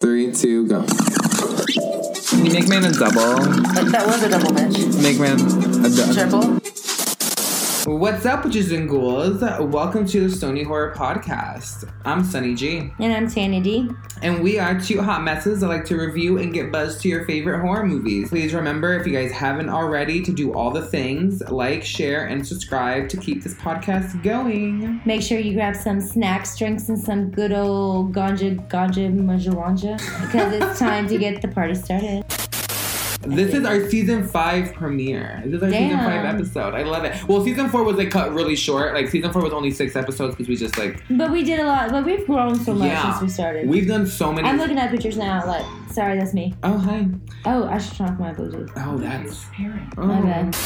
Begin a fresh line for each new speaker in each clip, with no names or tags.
three, two, go.
Can you make man a double?
Like, that was a double bitch.
Make man a double.
Triple.
What's up, witches and ghouls? Welcome to the Stony Horror Podcast. I'm Sunny G,
And I'm Tanya D.
and we are two hot messes that like to review and get buzzed to your favorite horror movies. Please remember, if you guys haven't already, to do all the things like, share, and subscribe to keep this podcast going.
Make sure you grab some snacks, drinks, and some good old ganja, ganja, majawanja, because it's time to get the party started.
This is our season five premiere. This is our season
Damn.
five episode. I love it. Well, season four was like cut really short. Like season four was only six episodes because we just like
But we did a lot, but we've grown so much
Yeah.
since we started.
we've done so many.
I'm looking at pictures now, like, sorry, that's me.
oh hi.
Oh, I should turn off my Bluetooth.
Oh, that's. Oh.
My bad.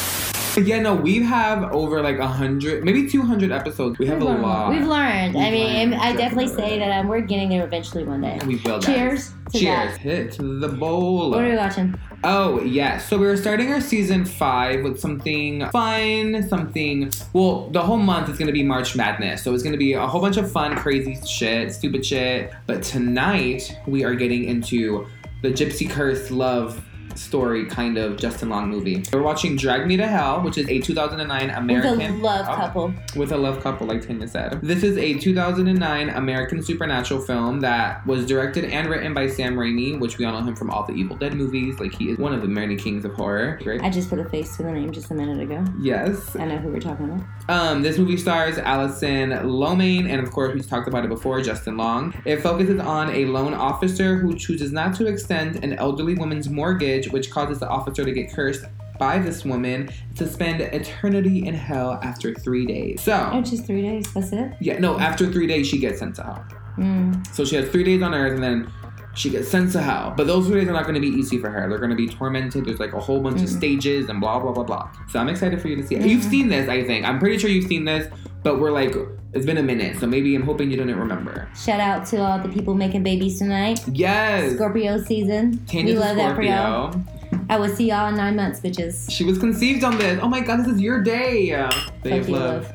But yeah, no, we have over like a hundred, maybe two hundred episodes. We have a
We've learned.
lot.
We've learned.
We've
I mean,
learned.
I definitely say that um, we're getting there eventually one day.
And we will. guys.
Cheers to
Cheers.
that.
Hit the bowl.
What are we watching?
Oh yeah. So we were starting our season five with something fun, something. Well, the whole month is gonna be March Madness, so it's gonna be a whole bunch of fun, crazy shit, stupid shit. But tonight we are getting into the Gypsy Curse love story kind of Justin Long movie. We're watching Drag Me to Hell, which is a 2009 American
With a love
Oh
couple.
with a love couple, like Tanya said. This is a 2009 American supernatural film that was directed and written by Sam Raimi, which we all know him from all the Evil Dead movies. Like he is one of the many kings of horror. Right?
I just put a face to the name just a minute ago.
yes.
I know who we're talking about.
Um, this movie stars Allison Lomain, and of course, we've talked about it before, Justin Long. It focuses on a loan officer who chooses not to extend an elderly woman's mortgage, which causes the officer to get cursed by this woman to spend eternity in hell after three days.
Oh,
So,
just three days. That's it.
yeah, no, after three days, she gets sent to hell.
Mm.
So she has three days on Earth, and then she gets sent to hell. But those three days are not going to be easy for her. They're going to be tormented. There's like a whole bunch of
Mhm.
stages and blah blah blah blah. So I'm excited for you to see it.
Yeah.
You've seen this, I think. I'm pretty sure you've seen this, but we're like, it's been a minute, so maybe I'm hoping you didn't remember.
Shout out to all the people making babies tonight.
Yes.
Scorpio season.
Tanya's
we
a
love that for
Scorpio.
y'all. I will see y'all in nine months, bitches.
She was conceived on this. Oh my god, this is your day. Day
Fuck
of
you,
love.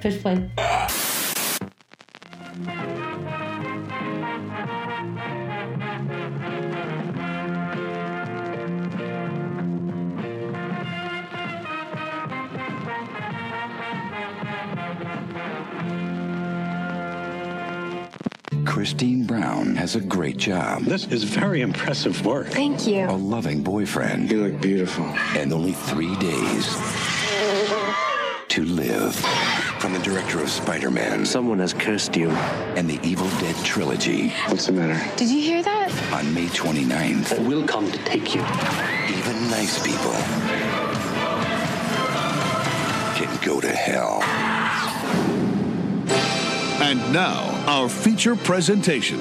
Push play.
Christine Brown has a great job,
This is very impressive work.
Thank you.
a loving boyfriend,
You look beautiful.
and only three days to live. From the director of Spider Man
Someone has cursed you.
and the Evil Dead trilogy
What's the matter?
Did you hear that?
on May 29th,
It will come to take you.
even nice people can go to hell.
And now, our feature presentation.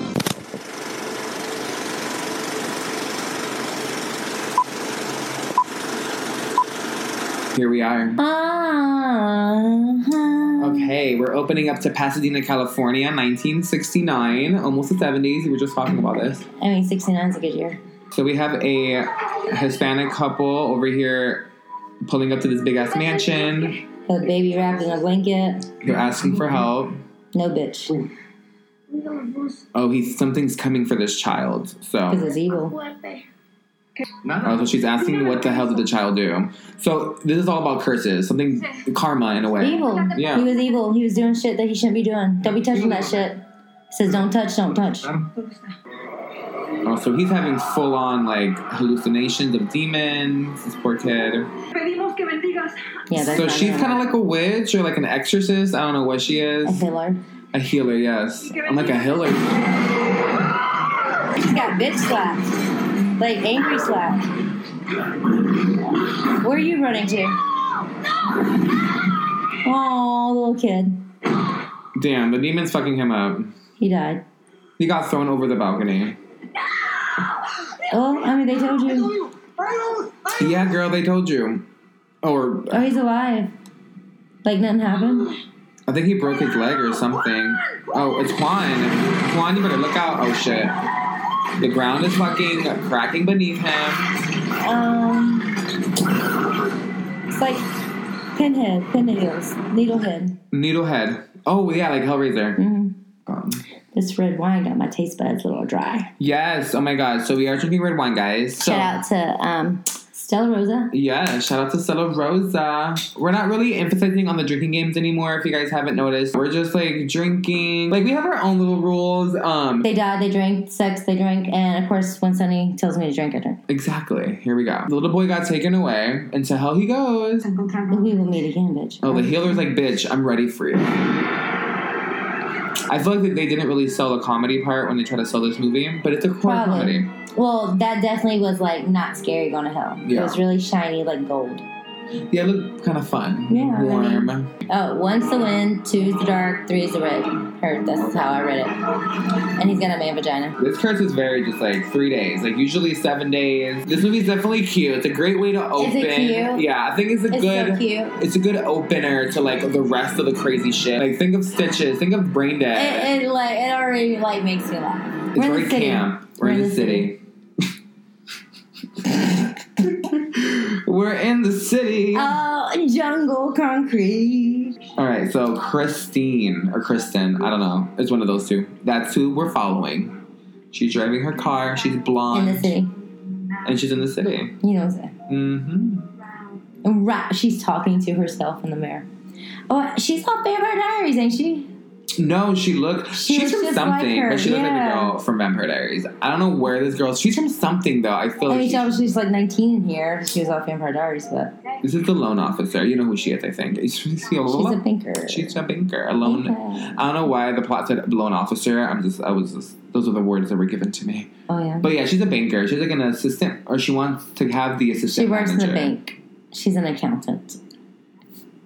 Here we are.
Ah.
Okay, we're opening up to Pasadena, California, 1969, almost the 70s. We were just talking about this.
I mean, 69 is a good year.
So we have a Hispanic couple over here pulling up to this big ass mansion.
A baby wrapped in a blanket.
They're asking for help.
No, bitch.
Oh, he's something's coming for this child.
Because
So,
it's evil.
oh, so she's asking, what the hell did the child do? So this is all about curses, something karma in a way.
Evil.
Yeah.
He was evil. He was doing shit that he shouldn't be doing. Don't be touching that shit. Says don't touch, don't touch.
Oh, so he's having full on like hallucinations of demons. This poor kid.
Yeah, that's
So
not
she's
right.
kind of like a witch or like an exorcist. I don't know what she
a
is.
healer.
A healer, yes. I'm like a healer.
She got bitch slapped. Like angry slap. Where are you running to? Oh, little kid.
Damn, the demon's fucking him up.
He died.
He got thrown over the balcony.
Oh, I mean, they told you.
Yeah, girl, they told you. Or
Oh, he's alive. Like nothing happened.
I think he broke his leg or something. Oh, it's Juan. Juan, you better look out. Oh shit. The ground is fucking cracking beneath him.
Um, it's like pinhead, pinhead heels, needlehead.
Needlehead. Oh yeah, like Hellraiser.
Mhm.
Um,
This red wine got my taste buds a little dry.
Yes. Oh my God. So we are drinking red wine, guys. So,
Shout out to um, Stella Rosa.
Yeah, shout out to Stella Rosa. We're not really emphasizing on the drinking games anymore, if you guys haven't noticed. We're just like drinking. Like we have our own little rules. Um
They die, they drink, sex, they drink, and of course, when Sunny tells me to drink, I drink.
exactly. Here we go. The little boy got taken away, and to hell he goes.
We will meet again, bitch.
Oh, the healer's like, bitch, I'm ready for you. I feel like they didn't really sell the comedy part when they tried to sell this movie, but it's a core
Probably.
comedy.
Well, that definitely was like not scary going to hell. It
Yeah.
was really shiny, like gold.
Yeah, it looked kind of fun.
Yeah, I
Warm.
Oh, one's the wind, two's the dark, three's the red. Heard that's how I read it. And he's got a man vagina.
This curse is very just like three days, like usually seven days. This movie's definitely cute. It's a great way to
Is
open.
it cute?
Yeah, I think it's a
It's
good.
so cute.
It's a good opener to like the rest of the crazy shit. Like think of stitches, think of brain dead.
It, it like it already like makes me laugh.
it's
We're in
very
the city.
camp. We're, in the city. We're in the city.
Oh, jungle concrete.
All right, so Christine or Kristen, I don't know. It's one of those two. That's who we're following. She's driving her car. She's
In
blonde,
the city.
and she's in the city.
You know what I'm saying.
hmm
And Right, she's talking to herself in the mirror. Oh, she's off Vampire Diaries, ain't she?
No, she looked.
She
she's
looks
from
just
something,
like her,
but she looked like
yeah.
a girl from Vampire Diaries. I don't know where this girl. She's from something though. I feel
I
like
mean,
she-
she was she's like 19 in here. She was off Vampire Diaries, but
this is the loan officer. You know who she is, I think. She's
she's a
a,
thinker.
she's a banker. A loan.
Banker.
I don't know why the plot said loan officer. I'm just. I was just. Those are the words that were given to me.
oh yeah.
But yeah, she's a banker. She's like an assistant, or she wants to have the assistant.
She works in the
manager.
bank. She's an accountant.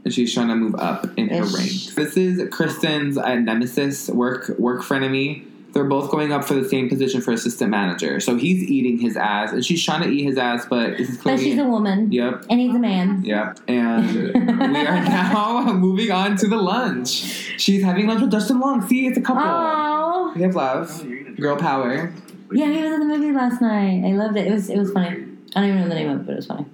and she's trying to move up in her
Ish.
ranks. This is Kristen's uh, nemesis, work work frenemy. They're both going up for the same position for assistant manager. So he's eating his ass, and she's trying to eat his ass, but this is
But
clearly
she's a woman.
yep.
And he's a man.
Yep, and we are now moving on to the lunch. She's having lunch with Justin Long. See, it's a couple.
Oh
We have love, girl power.
yeah, he was in the movie last night. I loved it. It was it was funny. I don't even know the name of it, but it was funny.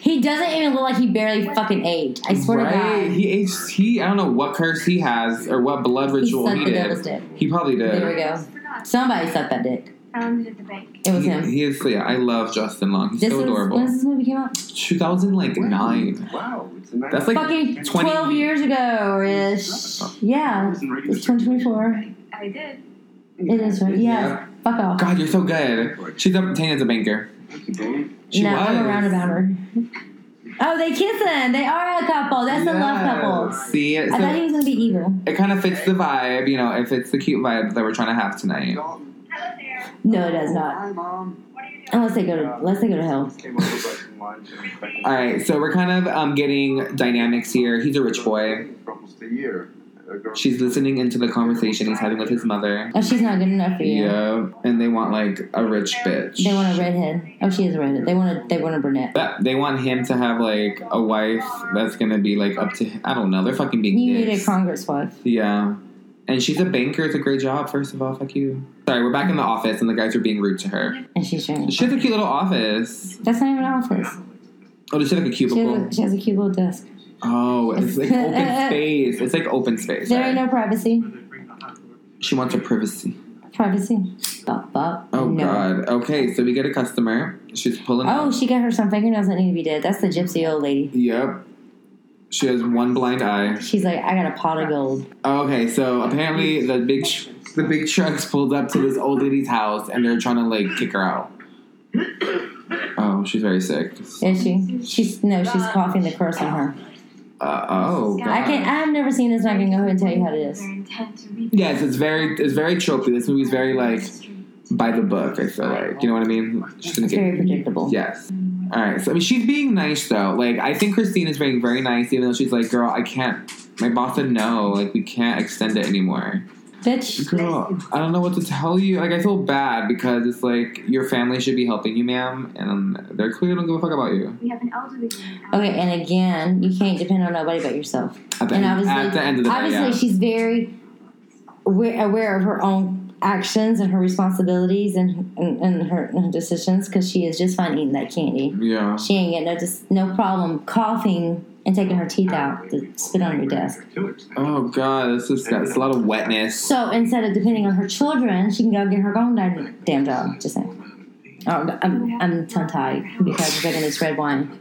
He doesn't even look like he barely fucking aged. I swear
right?
to God.
He aged. He I don't know what curse he has or what blood ritual
sucked
he
the
did.
devil's dick.
He probably did.
there we go. Somebody sucked that dick.
Found at the bank.
It was
He,
him.
he is. Yeah, I love Justin Long. He's
this
so
was
adorable.
when this movie came out?
2000 like nine.
Wow, it's a nice
That's like
fucking
20
twelve years ago or ish. Yeah. It's twenty twenty four.
I did.
It is right.
Yeah.
Yeah. Fuck off.
God, you're so good. She's up. Tana's a banker. She
no,
was.
I'm around about her. Oh, they kissing. They are a couple. That's a love couple.
Yes. See,
I thought he
so
was gonna be evil.
it kind of fits the vibe, you know, if it's the cute vibe that we're trying to have tonight.
Hello there.
No, it does not.
Hi, Mom.
What are you doing?
Unless they go to unless they go to hell.
Came over for some lunch and I'm
All
expecting
right, so we're kind of um, getting dynamics here. He's a rich boy.
for almost a year. A girl-
She's listening into the conversation he's having with his mother.
Oh, she's not good enough for you.
Yeah, and they want like a rich bitch.
They want a redhead. Oh, she is a redhead. They want a they want a brunette.
That- they want him to have like a wife that's gonna be like up to I don't know. They're fucking being
You need a
dicks.
Congress wife.
Yeah. And she's a banker. It's a great job, first of all. Fuck you. Sorry, we're back in the office and the guys are being rude to her.
And she's drinking.
She has a cute little office.
That's not even an office.
Oh, does she have like a
She has
cubicle?
a, she has a cute little desk.
Oh, it's like open space. It's like open space.
There ain't
Sorry.
no privacy.
She wants her privacy.
Privacy. Bop, bop.
Oh,
no.
God. Okay, so we get a customer. She's pulling
Oh,
up.
she got her some fingernails that need to be did. That's the gypsy old lady.
Yep. She has one blind eye.
She's like, I got a pot of gold.
Okay, so apparently the big tr- the big trucks pulled up to this old lady's house and they're trying to like kick her out. Oh, she's very sick.
Is she? She's no,
Uh,
she's coughing the curse on her.
Uh, oh, God.
I can not I've never seen this, and I can go ahead and tell you how it is.
Their intent to read
Yes, it's very it's very tropey. This movie's very like by the book. I feel like you know what I mean. She's gonna
It's very
get
predictable.
yes. All right. So I mean, she's being nice though. Like I think Christine is being very nice, even though she's like, "Girl, I can't." My boss said no. Like we can't extend it anymore.
Bitch,
Girl, I don't know what to tell you. Like I feel bad because it's like your family should be helping you, ma'am, and they're clearly don't give a fuck about you.
We have an elderly woman. out.
Okay, and again, you can't depend on nobody but yourself.
At the, end,
And obviously,
at the end of the day,
obviously,
yeah.
she's very aware, aware of her own actions and her responsibilities and and, and her and her decisions because she is just fine eating that candy.
yeah.
She ain't got no dis- no problem coughing and taking her teeth out to spit on your desk.
Oh god, this is got it's a lot of wetness.
So instead of depending on her children, she can go get her own damn damn job. Just saying. Oh, I'm, I'm tongue tied because I'm drinking this red wine.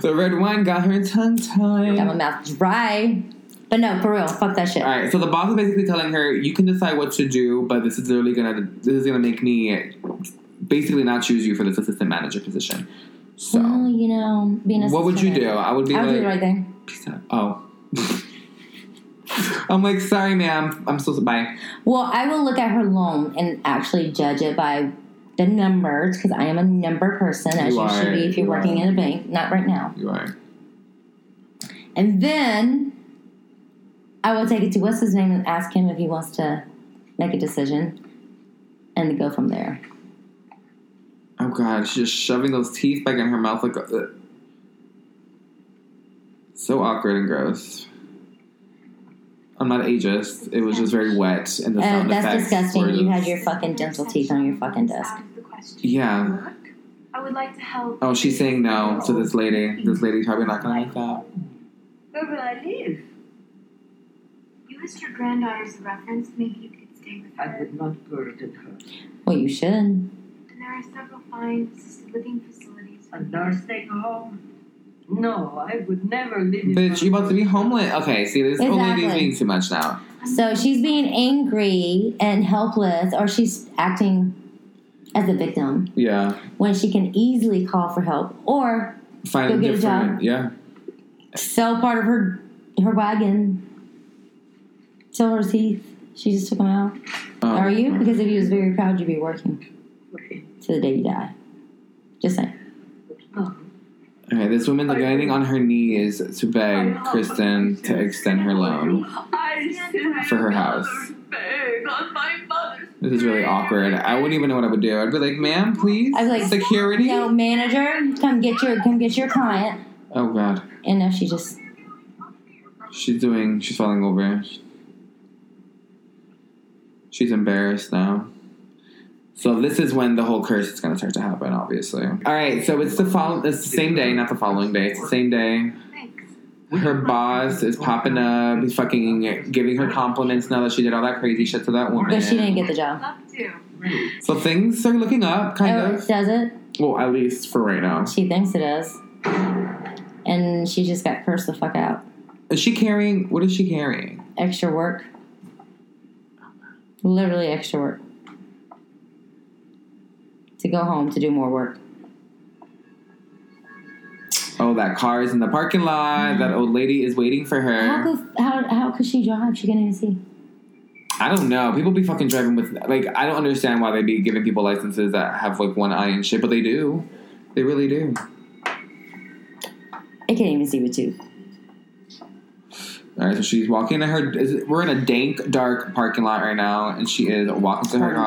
the red wine got her tongue
Got
tied.
my mouth dry. But no, for real, fuck that shit.
All right, so the boss is basically telling her, "You can decide what to do, but this is literally gonna this is gonna make me basically not choose you for this assistant manager position." So,
Well, you know, being a
what would you
sister,
do? I would be
I would
like,
do the right thing.
"Peace out." "Oh." I'm like, sorry, ma'am. I'm supposed to bye.
Well, I will look at her loan and actually judge it by the numbers because I am a number person, as
You
you, should
are,
be if you're
you
working
are.
in a bank. Not right now.
You are.
And then I will take it to what's his name and ask him if he wants to make a decision and go from there.
Oh god, she's just shoving those teeth back in her mouth like ugh. so awkward and gross. I'm not ageist. It was just very wet and the
Uh,
sound
that's
effects.
disgusting.
were
You had
just-
your fucking dental teeth on your fucking desk.
Yeah.
I would like to help.
Oh, she's saying no to this lady. This lady's probably not gonna like that.
Where will I live? You asked your granddaughter as a reference. Maybe you could stay with
I
her.
would not burden her.
Well, you should.
And there are several fine assisted living facilities.
A nursing home? No, I would never live in
Bitch, you about to be homeless. Okay, see this old lady's
Exactly.
being too much now.
So she's being angry and helpless, or she's acting as a victim
Yeah.
when she can easily call for help or
Find
Go
a
get a
different
job.
yeah.
sell part of her her wagon, sell her teeth. She just took them out.
Um,
Are you? Because if you was very proud, you'd be working to the day you die. Just saying.
Okay, this woman like getting on her knees to beg Kristen to extend her loan.
Oh,
for her house. This is really awkward. I wouldn't even know what I would do. I'd be like, ma'am, please.
I'd be like,
security.
No manager, come get your come get your client.
Oh god,
And now she just
she's doing. She's falling over. She's embarrassed now. So this is when the whole curse is going to start to happen. Obviously. All right. So it's the follow. It's the same day, not the following day. It's the same day.
Thanks.
Her boss is popping up. He's fucking giving her compliments now that she did all that crazy shit to that woman.
but she didn't get the job.
Love to.
So things are looking up, kind
Oh,
of.
does it?
Well, at least for right now.
She thinks it is. And she just got cursed the fuck out.
Is she carrying? What is she carrying?
Extra work. Literally extra work. To go home to do more work.
Oh, that car is in the parking lot. That old lady is waiting for
Mm. How
her.
could how how could she drive? She couldn't even see.
I don't know. People be fucking driving with like I don't understand why they be giving people licenses that have like one eye and shit, but they do. They really do.
It can't even see with two.
All right, so she's walking to her. Is, we're in a dank, dark parking lot right now, and she is walking to her
Parking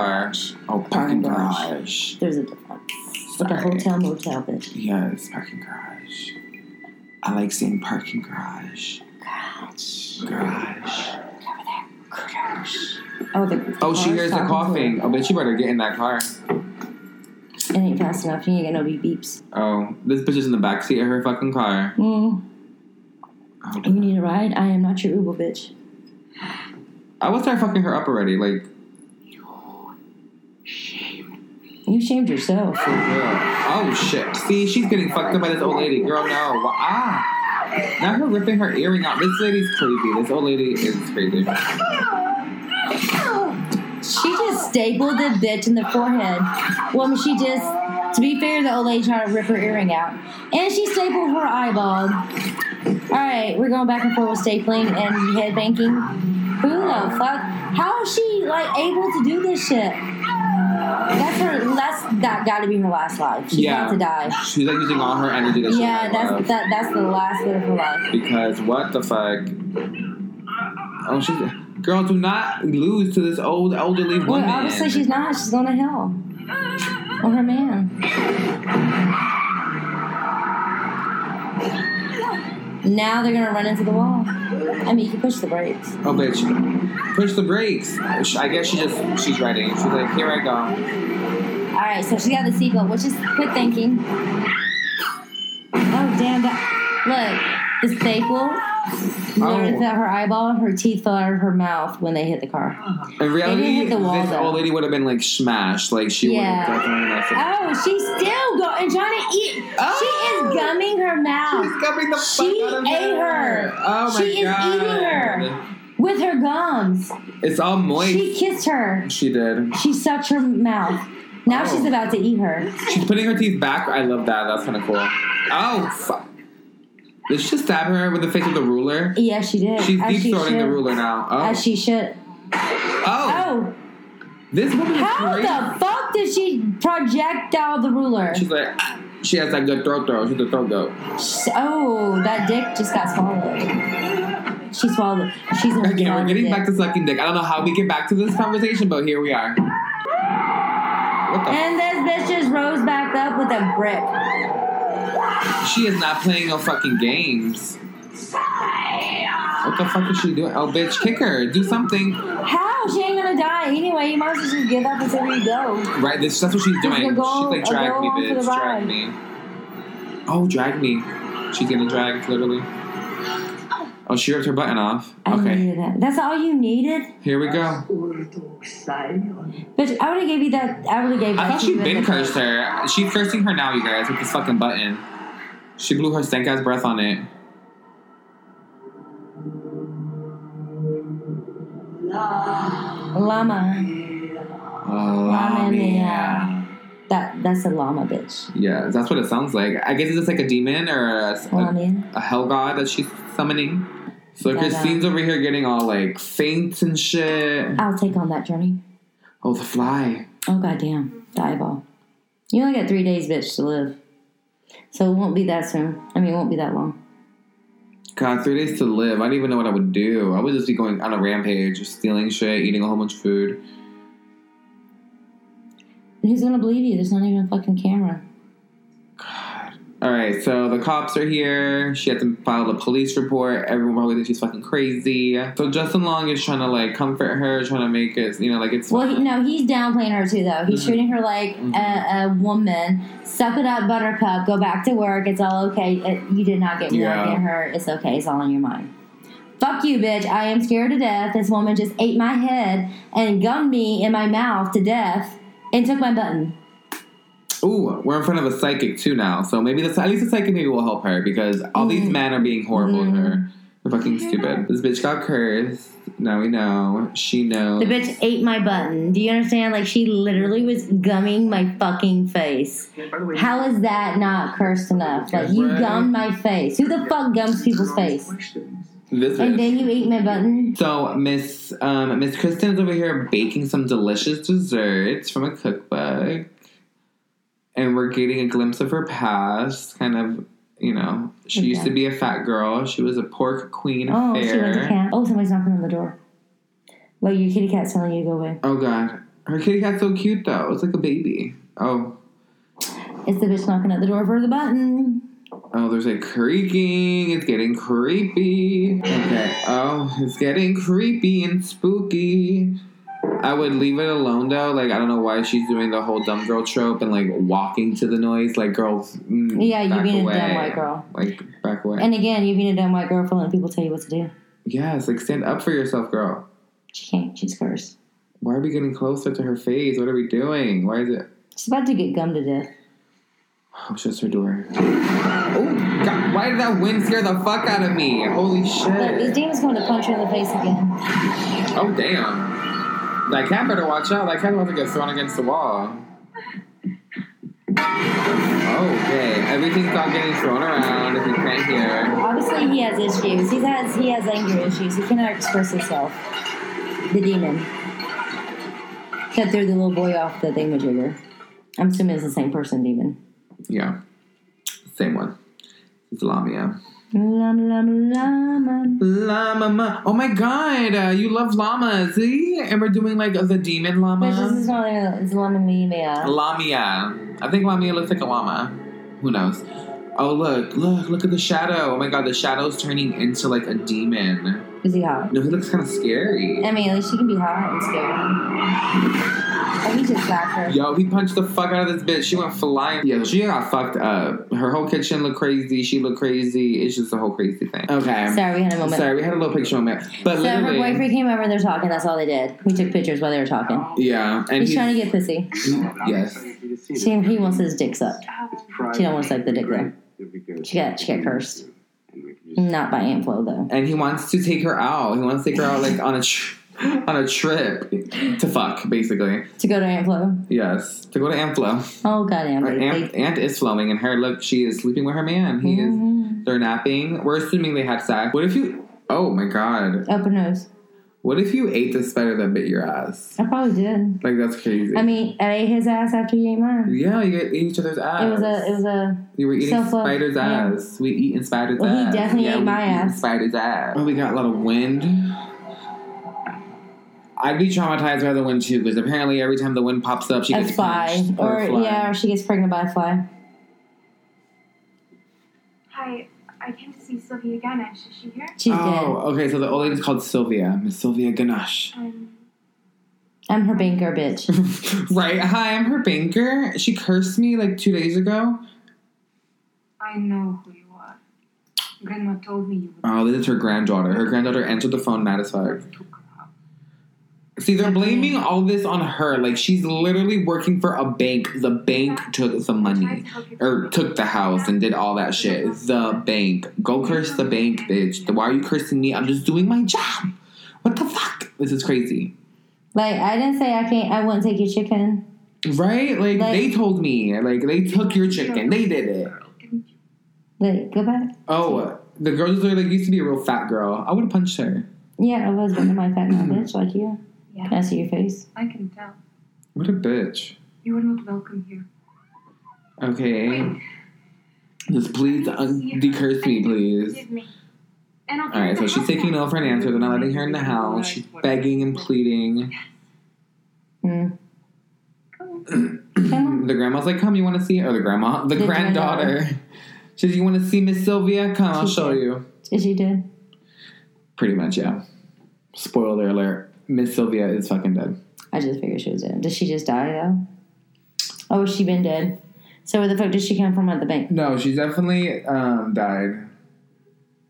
car. Oh, parking
Parking
garage.
There's a difference. It's like a
Sorry.
hotel motel, bitch.
Yes, parking garage. I like saying parking garage. Garage. Garage.
Oh, the
Oh, she
car's
hears the
talking
coughing.
to
Oh, bitch, you better get in that car.
her. It ain't fast enough. You ain't got no beep beeps.
Oh, this bitch is in the backseat of her fucking car.
Mm.
Oh,
You need a ride? I am not your Uber bitch.
I would start fucking her up already. Like,
You shamed yourself.
oh shit. See, she's getting fucked up by this old lady. Girl, no. Wha- Ah. Now her ripping her earring out. This lady's crazy. This old lady is crazy.
She just stapled the bitch in the forehead. Well, I mean, she just, to be fair, the old lady tried to rip her earring out. And she stapled her eyeball. All right, we're going back and forth with stapling and head banking. Who the fuck? How is she, like, able to do this shit? That's her, that's, that gotta be her last life. She's
yeah.
about to die.
She's like using all her energy that she
Yeah,
had
that's
left.
that, that's the last bit of her life.
Because what the fuck? Oh, she's. Girl, do not lose to this old elderly woman.
Well, obviously she's not. She's going to hell. Or her man. Now they're gonna run into the wall. I mean, you can push the brakes.
Oh, bitch. Push the brakes. I guess she just. She's writing. She's like, here I go.
All right, so she got the seatbelt, which is good thinking. Oh damn! That, look, The staple literally
Oh.
fell out her eyeball. and Her teeth fell out of her mouth when they hit the car.
In
They
reality,
didn't hit the wall,
this
though.
old lady would have been like smashed. Like she
Yeah.
would have definitely left it.
Oh, she's still going and trying to eat. She
Oh.
is gumming her
She's
mouth
covering the fuck
Oh. She
out of
ate her.
Oh my
She is
god.
eating her. with her gums.
It's all moist.
She
She,
kissed her.
did.
She sucked her mouth. Now
Oh.
she's about to eat her.
She's putting her teeth back. I love that. That's kind of cool. Oh, fuck. Did she just stab her with the face of the ruler?
Yeah, she did.
She's
As she
deep throating the
should.
ruler now. Oh.
As she should.
oh.
Oh,
This woman is
how
crazy.
the fuck did she projectile the ruler?
She's like, "Ah." she has that good throat throw. She's a throat goat.
Oh, that dick just got swallowed. She swallowed. it. She's a
Again, we're
swallowed
getting
dick.
back to sucking dick. I don't know how we get back to this conversation, but here we are. What the?
And this bitch just rose back up with a brick.
F- she is not playing no fucking games. What the fuck is she doing? Oh, bitch, kick her. Do something.
How? She ain't gonna die anyway. You might as well just give up and say where you go.
Right, this, that's what she's doing. She's
gonna go-
like,
I'll
drag
go
me,
along for
bitch,
the
drag
ride."
me. Oh, drag me. She's gonna drag, literally. Oh, she ripped her button off.
I
Okay,
needed that. That's all you needed?
here we go.
Bitch, I would've gave you that. I would've gave
I
that
thought
to
she'd
you in
been
the-
cursed her. She's cursing her now, you guys, with this fucking button. She blew her stank ass breath on it.
Llama.
Lamia.
That, that's a llama, bitch.
Yeah, that's what it sounds like. I guess it's just like a demon or a, a,
Lamia.
a hell god that she's summoning. So
Yeah,
Christine's over here getting all like faint and shit.
I'll take on that journey.
Oh, the fly.
Oh, goddamn. The eyeball. You only got three days, bitch, to live. So it won't be that soon. I mean, it won't be that long.
God, three days to live. I don't even know what I would do. I would just be going on a rampage, just stealing shit, eating a whole bunch of food.
And who's gonna believe you? There's not even a fucking camera.
All right, so the cops are here. She had to file a police report. Everyone probably thinks she's fucking crazy. So Justin Long is trying to like comfort her, trying to make it, you know, like it's
Well, he, no, he's downplaying her too, though.
Mm-hmm.
He's treating her like a, a woman. Suck it up, Buttercup. Go back to work. It's all okay. It, you did not get me
Yeah.
yeah. get hurt. It's okay. It's all in your mind. Fuck you, bitch. I am scared to death. This woman just ate my head and gummed me in my mouth to death and took my button.
Ooh, we're in front of a psychic too now, so maybe this at least the psychic maybe will help her because all these
Mm.
men are being horrible to her. They're fucking stupid. This bitch got cursed. Now we know. She knows.
The bitch ate my button. Do you understand? Like she literally was gumming my fucking face.
By the way,
How is that not cursed enough? Like you
Right.
gummed my face. Who the fuck gums people's face?
questions.
This
And
bitch.
then you ate my button.
so Miss um, Miss Kristen's over here baking some delicious desserts from a cookbook, and we're getting a glimpse of her past. Kind of, you know, she used to
Okay.
be a fat girl. She was a pork queen of
Oh, she went
fair.
to camp. Oh, somebody's knocking on the door. Well, your kitty cat's telling you to go away.
oh god, her kitty cat's so cute though. It's like a baby. Oh.
It's the bitch knocking at the door for the button.
Oh, there's a creaking. It's getting creepy. Okay. Oh, it's getting creepy and spooky. I would leave it alone though. Like I don't know why she's doing the whole dumb girl trope and like walking to the noise. Like girls. Mm,
Yeah, you
back
being a dumb
away.
white girl.
Like back away.
And again, you being a dumb white girl for letting people tell you what to do.
yes, like stand up for yourself, girl.
She can't. She's cursed.
Why are we getting closer to her face? What are we doing? Why is it?
She's about to get gummed to death.
Oh, it's just her door. Oh God! Why did that wind scare the fuck out of me? Holy shit!
Look, this demon's going to punch her in the face again.
Oh damn! That cat better watch out. That cat about to get thrown against the wall. Okay, everything's not getting thrown around. If you can't hear,
Obviously, he has issues. He has he has anger issues. He cannot express himself. The demon that threw the little boy off the thingamajigger. I'm assuming it's the same person, demon.
yeah, same one. It's Lamia.
Lam, lam, lam.
Llama. ma- Oh my god, uh, you love llamas, see? And we're doing like the demon
Which this is
llama.
not it's lam and email.
Lamia. I think Lamia looks like a llama. Who knows? Oh look, look, look at the shadow. Oh my god, the shadow's turning into like a demon.
Is he hot?
No, he looks kind of scary.
I mean, at least she can be hot and scary. Let me just back her.
Yo, he punched the fuck out of this bitch. She went flying. Yeah, she got fucked up. Her whole kitchen looked crazy. She looked crazy. It's just a whole crazy thing. Okay.
Sorry, we had a moment.
Sorry, we had a little picture moment. But
So her
literally,
boyfriend came over and they're talking. That's all they did. We took pictures while they were talking.
yeah, and
He's
he,
trying to get pussy.
yes.
She, he wants his dick sucked.
Um,
She don't want to suck the dick though.
though.
She got she got cursed. Not by Aunt Flo though.
and he wants to take her out. He wants to take her out like on a tr- on a trip to fuck, basically.
To go to Aunt Flo.
Yes, to go to Amplo.
Oh god, Aunt
Our
Flo.
aunt, aunt is flowing, and her look, she is sleeping with her man. He
Mm-hmm.
is. They're napping. We're assuming they had sex. What if you? Oh my god!
Open nose.
What if you ate the spider that bit your ass?
I probably did.
Like that's crazy.
I mean, I ate his ass after you ate mine.
yeah, you ate each other's ass.
It was a it was a
You were eating
Self-love.
spider's
Yeah.
ass. We eating spider's
Well, he
ass.
definitely
yeah,
ate
we
my
eating
ass.
Spider's ass. Oh, we got a lot of wind. I'd be traumatized by the wind too, because apparently every time the wind pops up, she
a
gets
fly.
punched
Or
a fly.
yeah, or she gets pregnant by a fly.
Hi, I came to see Sylvia again. Is she here?
She's
oh,
dead.
okay. So the old lady's called Sylvia, Miss Sylvia Ganache.
Um,
I'm her banker bitch.
right. Hi, I'm her banker. She cursed me like two days ago.
I know who you are. Grandma told me you would
Oh, this is her granddaughter. Her granddaughter answered the phone mad as fuck.
took her out.
See, they're blaming all this on her. Like she's literally working for a bank. The bank took the money or took the house and did all that shit. The bank. Go curse the bank, bitch. Why are you cursing me? I'm just doing my job. What the fuck? This is crazy.
like I didn't say I can't I wouldn't take your chicken.
Right? Like,
Like-
they told me. Like they took your chicken. They did it.
didn't you?
Like, go back.
Oh, the girl just like used to be a real fat girl. I would have punched her.
Yeah, I was one of my fat mom bitch, like you.
Yeah.
Can I see your face?
I can tell.
What a bitch.
You are not welcome here.
Okay.
Wait.
Just please un- decurse me, please.
Forgive me. And I'll
All right,
take
so
the
she's
house
taking
now.
no for an answer. They're not letting her in the house. She's begging and pleading.
Hmm. Come on.
The grandma's like, "Come, you want to see?" Or the grandma, the
The
granddaughter. She says, "You want to see Miss Sylvia? Come, I'll
She
show
did.
you."
Is she dead?
Pretty much, yeah. Spoiler alert: Miss Sylvia is fucking dead.
I just figured she was dead. Did she just die though? Oh, she been dead. So where the fuck did she come from at the bank?
No, she definitely um, died.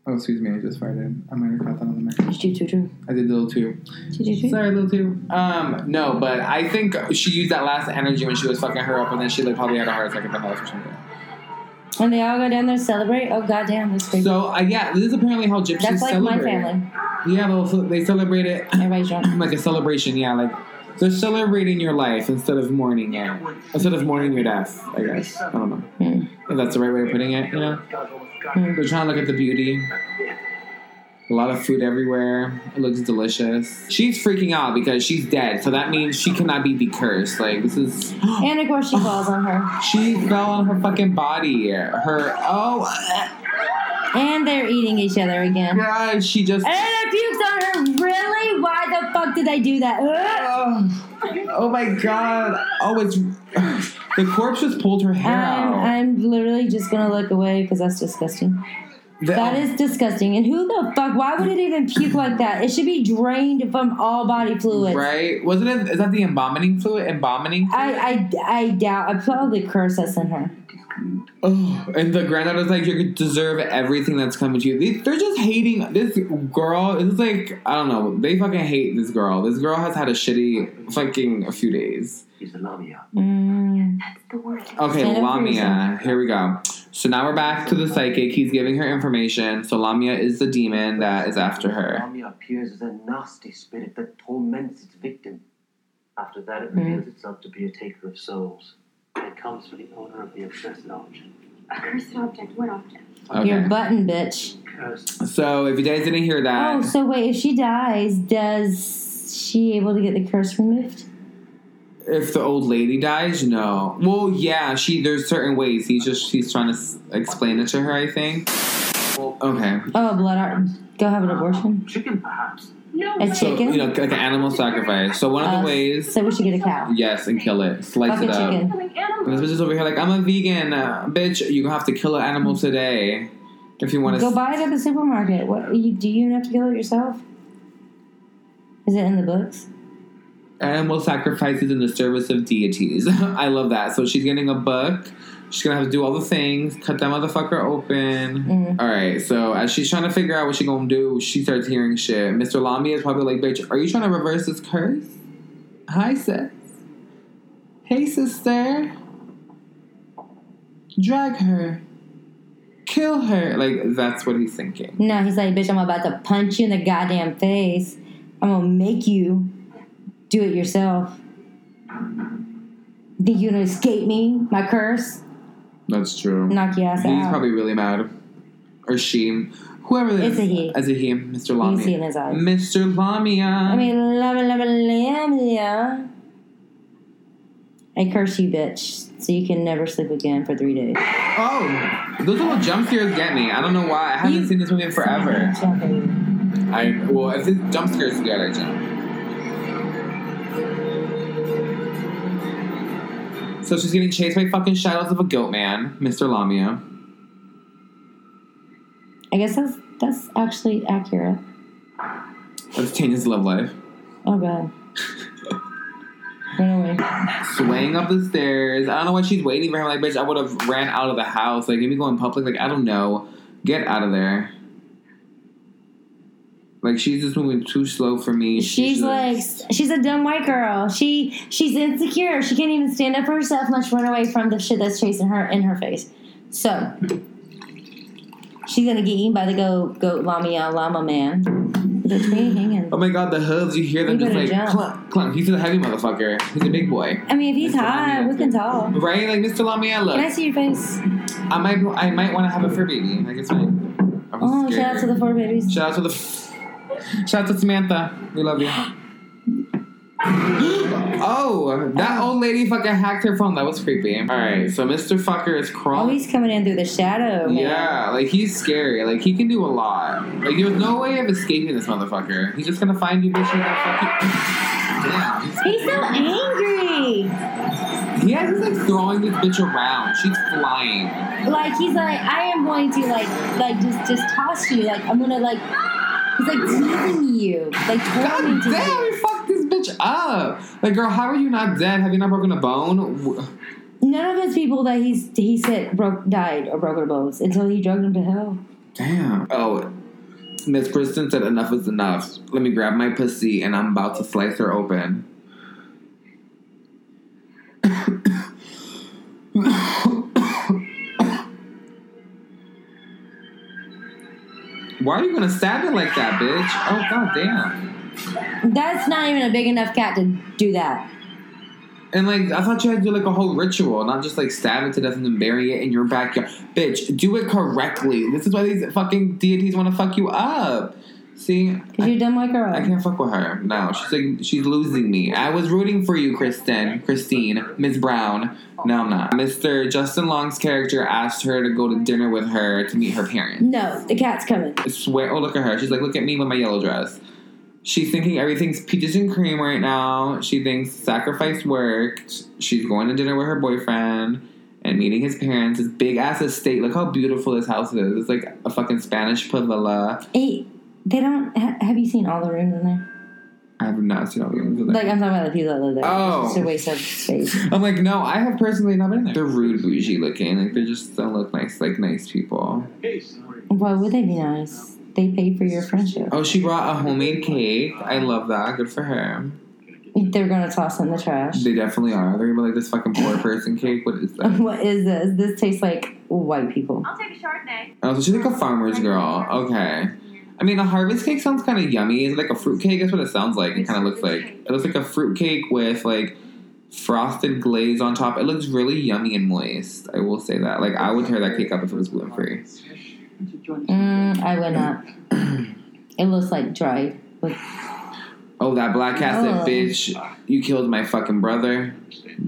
Oh, excuse me, I just farted. I might have caught that on the mic.
Did you do two?
I did little too.
Did you do
Sorry, little too. Um, no, but I think she used that last energy when she was fucking her up, and then she like probably had a heart attack at the house or something.
And they all go down there to celebrate? Oh goddamn, that's crazy.
So uh, yeah, this is apparently how gypsies
that's like my
celebrate.
family.
Yeah, they'll, ce- they celebrate it
Everybody's drunk.
like a celebration. Yeah, like they're celebrating your life instead of mourning it, instead of mourning your death. I guess I don't know
Hmm.
if that's the right way of putting it. You know,
Hmm.
they're trying to look at the beauty. A lot of food everywhere. It looks delicious. She's freaking out because she's dead, so that means she cannot be decursed. Like this is
And of course she falls on her.
she fell on her fucking body. Her oh
And they're eating each other again.
god, she just.
And it pukes on her. Really? Why the fuck did they do that? Ugh.
Oh, oh my god. Oh, it's. The corpse just pulled her hair
I'm,
out.
I'm literally just gonna look away because that's disgusting.
The-
That is disgusting. And who the fuck? Why would it even puke like that? It should be drained from all body fluids.
Right? Wasn't it? Is that the embalming fluid? Embalming?
I, I, I doubt. I probably curse that's in her.
Oh, and the granddaughter's like, you deserve everything that's coming to you. They, they're just hating this girl. It's like, I don't know. They fucking hate this girl. This girl has had a shitty fucking few days.
Mm.
That's the word.
Okay,
Santa
Lamia. Here we go. So now we're back to the psychic. He's giving her information. So Lamia is the demon that is after her.
Lamia appears as a nasty spirit that torments its victim. After that, it
Hmm.
reveals itself to be a taker of souls. It comes from the owner of the obsessed object.
A cursed object. What object?
Okay.
You're a button, bitch.
Cursed.
So if you guys didn't hear that,
Oh, so wait. If she dies, does she able to get the curse removed?
if the old lady dies, no. Well, yeah, she. There's certain ways. He's just he's trying to s- explain it to her. I think. Okay.
Oh, blood art. Go have an abortion.
Chicken, perhaps.
No.
It's
So
chicken.
you know, like an animal sacrifice. So one of the
Uh,
ways,
So we should get a cow.
yes, and kill it, slice
Fucking
it up.
chicken.
Killing
And this
animals.
bitch is over here like, I'm a vegan, uh, bitch. You gonna have to kill an animal today. If you want to
Go buy it at the supermarket. What you, do you even have to kill it yourself? Is it in the books?
animal sacrifices in the service of deities. I love that. So she's getting a book. She's gonna have to do all the things, cut that motherfucker open. All right. So as she's trying to figure out what she's gonna do, she starts hearing shit. Mr. Lamy is probably like, "Bitch, are you trying to reverse this curse?" Hi, sis. Hey, sister. Drag her. Kill her. Like that's what he's thinking.
No, he's like, bitch, I'm about to punch you in the goddamn face. I'm gonna make you do it yourself. Think you gonna escape me? My curse?
That's true.
Knock your ass
He's
out.
probably really mad. Or she. Whoever it is.
It's a he.
As a he, Mr. Lamia.
can see it in his eyes.
Mr. Lamia.
I mean, la la la la la. I curse you, bitch, so you can never sleep again for three days.
oh, those little jump scares get me. I don't know why. I haven't
You-
seen this movie in forever.
Jumping.
I well, if this jump scares good, I jump. So she's getting chased by fucking shadows of a goat man, Mr. Lamia.
I guess that's that's actually accurate.
That's Tanya's love life.
Oh god. Run away.
swaying up the stairs. I don't know why she's waiting for him. Like, bitch, I would have ran out of the house. Like, if you go in public, like, I don't know. Get out of there. Like, she's just moving too slow for me. She
She's
should-
like she's a dumb white girl. She she's insecure. She can't even stand up for herself, much run away from the shit that's chasing her in her face. So she's gonna get eaten by the goat goat lamia uh, llama man. The tree hanging.
oh my god, the hooves. You hear them
You
just
better
like,
jump.
clunk, clunk. He's a heavy motherfucker. He's a big boy.
I mean, if he's high, we can talk.
Right? Like, Mr. Lamia, look.
Can I see your face?
I might I might want to have a fur baby. Like, it's fine. I'm
Oh,
scared.
shout out to the four babies.
Shout out to the. Shout out to Samantha. We love you. oh, that old lady fucking hacked her phone. That was creepy. All right, so Mr. Fucker is
Oh,
crawling.
he's coming in through the shadow. Man.
yeah, like he's scary. Like he can do a lot. Like there's no way of escaping this motherfucker. He's just gonna find you, bitch. and Fucking... Damn.
He's so angry.
he's- Yeah, he's like throwing this bitch around. She's flying.
like he's like i am going to like like just just toss you like i'm gonna like he's like teasing you like
God
tormenting
damn,
you
you fucked this bitch up. Like, girl, how are you not dead? Have you not broken a bone? W-
none of his people that he's he said broke died or broke their bones until he drugged them to hell
Damn. Oh, Miss Kristen said enough is enough. Let me grab my pussy and I'm about to slice her open. Why are you gonna stab it like that, bitch? Oh god damn.
that's not even a big enough cat to do that
And like I thought you had to do like a whole ritual, not just like stab it to death and then bury it in your backyard. Bitch, do it correctly. This is why these fucking deities wanna fuck you up. See,
because you're dumb like a
I
rock
can't fuck with her. No, she's like she's losing me. I was rooting for you, Kristen, Christine, Miss Brown. No, I'm not. Mr. Justin Long's character asked her to go to dinner with her to meet her parents.
no the cat's coming
I swear. Oh, look at her. She's like, look at me with my yellow dress. She's thinking everything's peaches and cream right now. She thinks sacrifice worked. She's going to dinner with her boyfriend and meeting his parents. This big ass estate. Look how beautiful this house is. It's like a fucking Spanish pavilla.
hey they don't ha- have you seen all the rooms in there
I have not seen all the rooms in there.
like i'm talking about the people that live there
Oh.
it's just a waste of space
I'm like, no, I have personally not been there. They're rude, bougie looking. Like they just don't look nice, like nice people.
why would they be nice they pay for your friendship
Oh, she brought a homemade cake. I love that. Good for her.
they're gonna toss it in the trash
They definitely are. They're gonna be like this fucking poor person cake. What is that?
what is this? This tastes like white people.
I'll take a Chardonnay.
Oh, so she's like a farmer's girl. Okay. I mean, a harvest cake sounds kind of yummy. It's like a fruit cake. That's what it sounds like. It kind of looks like it looks like a fruit cake with like frosted glaze on top. It looks really yummy and moist. I will say that. Like I would tear that cake up if it was gluten free.
Mm, I would not. it looks like dried. With,
Oh, that black cat said,
Ugh.
bitch, you killed my fucking brother.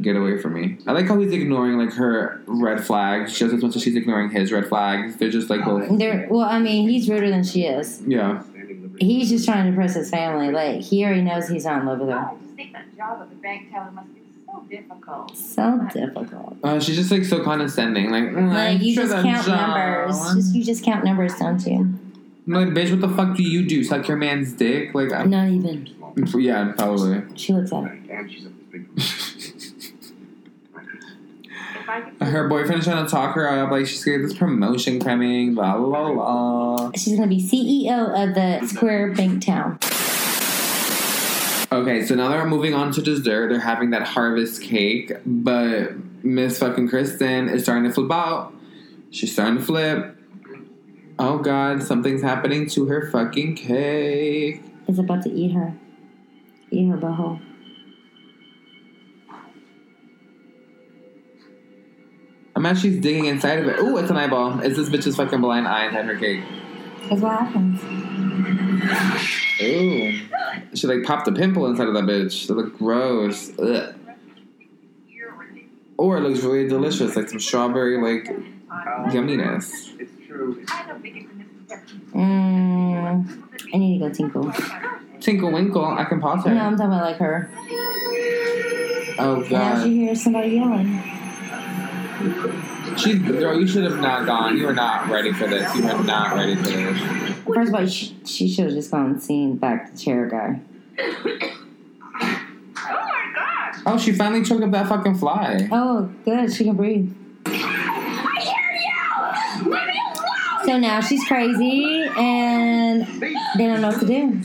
Get away from me. I like how he's ignoring like her red flags just as much as she's ignoring his red flags. They're just like both
they're, well, I mean, he's ruder than she is.
Yeah.
He's
Ah,
just trying to impress his family. Like he already knows he's not in love with her.
I just think that job at the bank teller must be so so difficult.
So difficult.
Uh, she's just like so condescending. Like, mm,
Like you
for
just
the
count
job.
numbers. Just you just count numbers, don't you?
I'm like, bitch, what the fuck do you do? Suck your man's dick? Like, I'm,
Not even.
yeah, probably.
She looks at it.
Like, and she's a big.
If I could
Her boyfriend's trying to talk her up. Like, she's gonna get this promotion coming. Blah blah blah. blah.
She's gonna be CEO of the Square Bank Town.
Okay, so now they're moving on to dessert. They're having that harvest cake, but Miss fucking Kristen is starting to flip out. She's starting to flip. Oh god, something's happening to her fucking cake.
Is about to eat her. Eat her butthole.
I'm actually digging inside of it. Ooh, it's an eyeball. It's this bitch's fucking blind eye inside her cake.
That's what happens.
Ooh. She like popped a pimple inside of that bitch. That looked gross. Ugh. Or it looks really delicious, like some strawberry like yumminess.
It's true.
Mm, I need to go tinkle.
Oh.
Tinkle Winkle, I can pause her.
No, I'm talking about like her.
Oh
Now she
god,
hears somebody yelling.
she's girl. You should have not gone. You are not ready for this. You are not ready for this.
First of all, she, she should have just gone and seen back the chair guy.
Oh, she finally choked up that fucking fly.
Oh, good. She can breathe. So now she's crazy and they don't know what to do.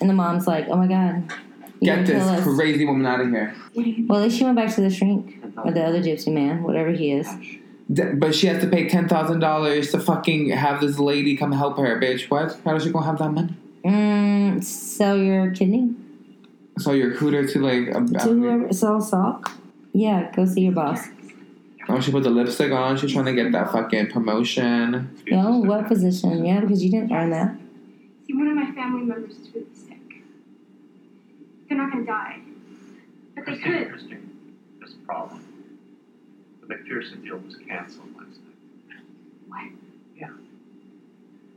And the mom's like, oh my God. you're
Get
gonna kill
this
us."
crazy woman out of here.
Well, at least she went back to the shrink with the other gypsy man, whatever he is.
D- But she has to pay ten thousand dollars to fucking have this lady come help her, bitch. What? How is she gonna have that money?
Mm, sell your kidney
So your cooter to like um,
to
a,
whoever. Sell sock. Yeah, go see your boss.
oh she put the lipstick on. She's trying to get that fucking promotion.
No, what position? Yeah, because you didn't earn that.
see one of my family members is really sick. They're not gonna die, but they
Christine,
could.
Christine, there's a problem. The McPherson deal was canceled last night.
What?
Yeah.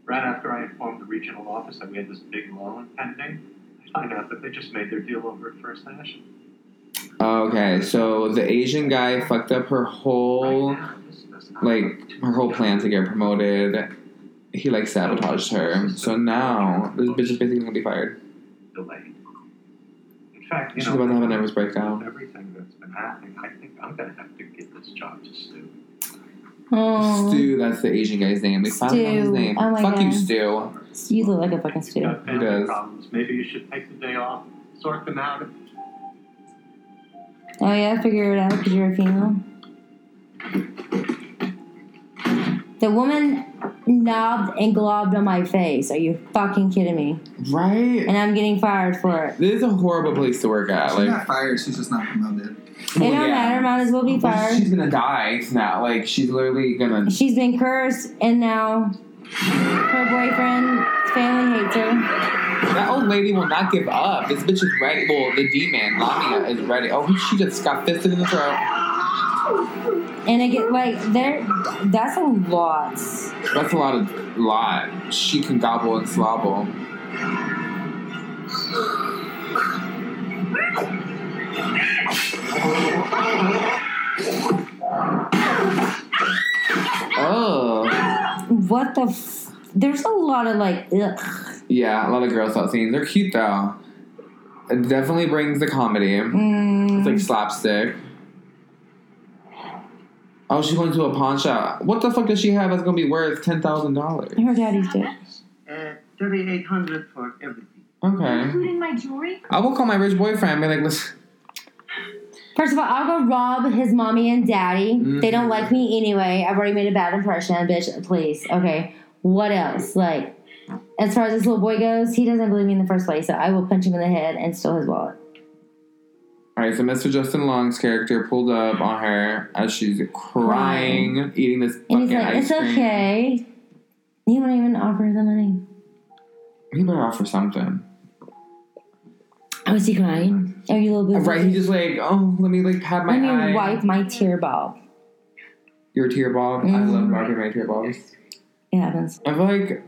Right after I informed the regional office that we had this big loan pending, I find out that they just made their deal over at First National.
Okay, so the Asian guy fucked up her whole
Right now, this does not
like her whole plan to get promoted. He like sabotaged her. So now this bitch is basically gonna be fired.
delayed. In fact, you
She's
know,
about to have a nervous breakdown.
everything that's been happening, I think I'm gonna have to give this job to Stu.
Oh,
Stu, that's the Asian guy's name. They finally know his
Stu.
name.
Oh my
Fuck you,
God.
Stu.
you look like a fucking
You
stew.
got family
does.
problems. Maybe you should take the day off, sort them out.
Oh yeah, figure it out because you're a female. The woman knobbed and globbed on my face. Are you fucking kidding me?
Right?
And I'm getting fired for it.
This is a horrible place to work at.
she's
Like,
not fired. She's just not promoted.
It don't
yeah.
matter. Might as well be
she's
fired.
gonna die now. Like, she's literally gonna.
She's been cursed, and now her boyfriend's family hates her.
That old lady will not give up. This bitch is ready. Well, the demon, Lamia, is ready. Oh, she just got fisted in the throat.
And it get like there. That's a lot.
That's a lot of lot. She can gobble and slobble. Oh,
What the? F- There's a lot of like. Ugh.
yeah, a lot of girls out scenes. They're cute though. It definitely brings the comedy.
Mm.
It's like slapstick. Oh, she's going to a pawn shop. What the fuck does she have that's gonna be worth ten thousand dollars?
Her daddy's dick.
Uh, 3800 for everything.
Okay.
Including my jewelry.
I will call my rich boyfriend and be like, listen.
First of all, I'll go rob his mommy and daddy. They
Mm-hmm.
don't like me anyway. I've already made a bad impression, bitch. Please, okay. What else? Like, as far as this little boy goes, he doesn't believe me in the first place, so I will punch him in the head and steal his wallet.
Alright, so Mr. Justin Long's character pulled up on her as she's crying, eating this fucking
And he's like,
ice
"It's
cream.
okay." He won't even offer the money.
He better offer something.
Oh, is he crying? Are Oh, you a little bit
Right, he just like, oh, let me like pat my
Let me
eye.
wipe my tear bulb. Mm-hmm.
Your tear bulb. I love wiping my tear bulbs.
It happens.
I feel like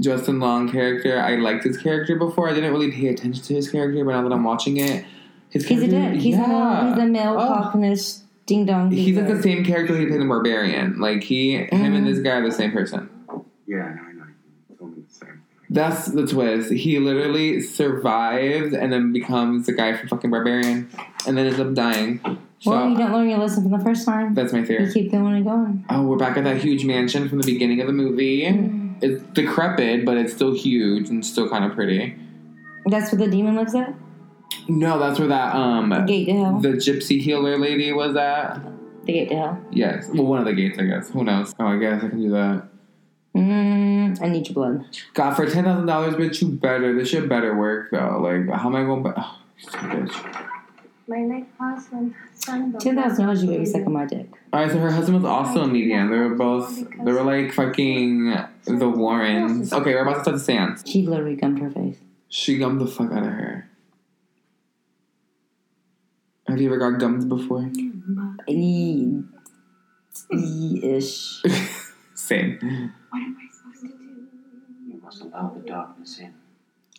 Justin Long character. I liked his character before. I didn't really pay attention to his character, but now that I'm watching it, his
He's
character,
a dick. He's,
yeah.
a, he's a male
Oh.
cockiness ding dong.
He's like the same character he played in Barbarian. Like he, him,
Uh-huh.
and this guy are the same person.
Yeah, I know, I know. You told me the same.
That's the twist. He literally survives and then becomes the guy from fucking Barbarian, and then ends up dying. So
Well, you don't learn your lesson from the first time.
that's my
You
theory.
keep going and going.
Oh, we're back at that huge mansion from the beginning of the movie.
Mm-hmm. Mm.
It's decrepit, but it's still huge and still kind of pretty.
That's where the demon lives at?
No, that's where that um
The gate to hell.
the gypsy healer lady was at.
The gate to hell.
Yes, well, one of the gates, I guess. Who knows? Oh, I guess I can do that.
Mm, I need your blood.
God, for ten thousand dollars, bitch, you better. This shit better work though. Like, how am I going? Ba- oh, bitch.
My late husband, son,
Ten thousand dollars, you baby, suck on my dick.
All right, so her husband was also a medium. They were both. They were like fucking the Warrens. Okay, we're about to start the seance.
She literally gummed her face.
She gummed the fuck out of her. Have you ever got gummed before?
E- ish.
Same.
What am I supposed to do?
You must allow the darkness in.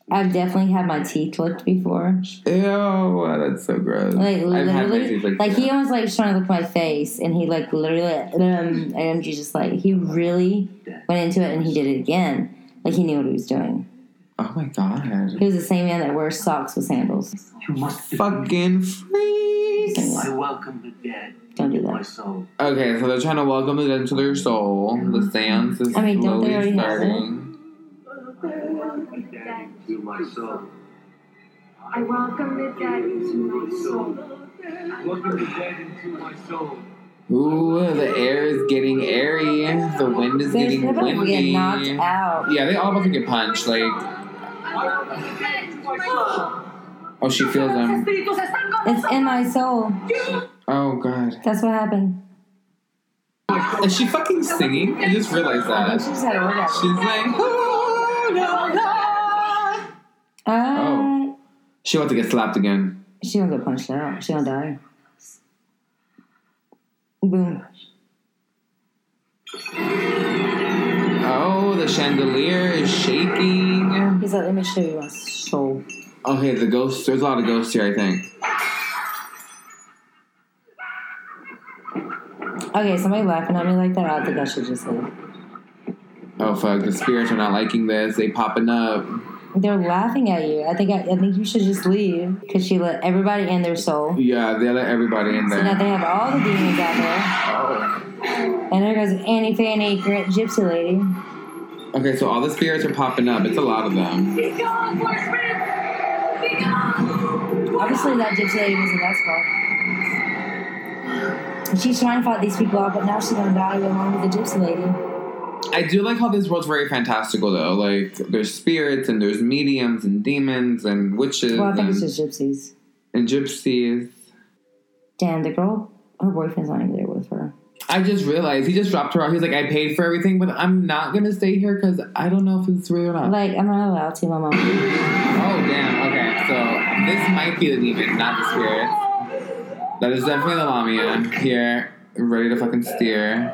I've definitely had my teeth licked before.
Ew, that's so gross.
Like
I've had my
literally,
teeth
like,
licked
he almost like was trying to lick my face, and he like literally, like, um, and MG just like he really went into it, and he did it again. Like he knew what he was doing.
Oh my god.
He was the same man that wears socks with sandals.
You must
Fucking freaks.
I welcome the dead.
Don't do that.
My soul.
Okay, so they're trying to welcome it into their soul. The seance is
I mean, don't they
slowly
already have
starting.
To my soul.
I welcome the dead into my soul.
Welcome the dead into my soul.
Ooh, the air is getting airy. The wind is
They're
getting
about to
windy.
get knocked out.
Yeah, they all about to get punched. Like,
I welcome the dead into my soul.
oh, she feels them.
It's in my soul.
Oh god.
That's what happened.
Is she fucking singing? I just realized
I
that.
think she just had an orgasm.
She's like, "Ooh, no, no."
Uh,
She about to get slapped again.
She gonna get punched out. She gonna die. Boom.
Oh, the chandelier is shaking.
He's like, let me show you my soul.
Okay, the ghost. There's a lot of ghosts here, I think.
Okay, somebody laughing at me like that. I don't think I should just leave.
Oh fuck, the spirits are not liking this. They popping up.
They're laughing at you. I think I, I think you should just leave because she let everybody in their soul.
Yeah, they let everybody in
So now
there.
they have all the demons out there.
Oh.
And there goes Annie Fanny, Grit Gypsy Lady.
Okay, so all the spirits are popping up. It's a lot of them.
Be gone, horseman! Be gone!
Obviously, that Gypsy Lady was an escort. And she's trying to fight these people off, but now she's gonna die along with the Gypsy Lady.
I do like how this world's very fantastical though. Like there's spirits and there's mediums and demons and witches
Well, I think
and,
it's just gypsies.
and gypsies.
Damn, the girl, her boyfriend's not even there with her.
I just realized he just dropped her off. He's like, I paid for everything, but I'm not gonna stay here because I don't know if it's real or not.
Like, I'm not allowed to, my mom.
Oh damn. Okay, so this might be the demon, not the spirit. That is definitely the Lamia here, ready to fucking steer.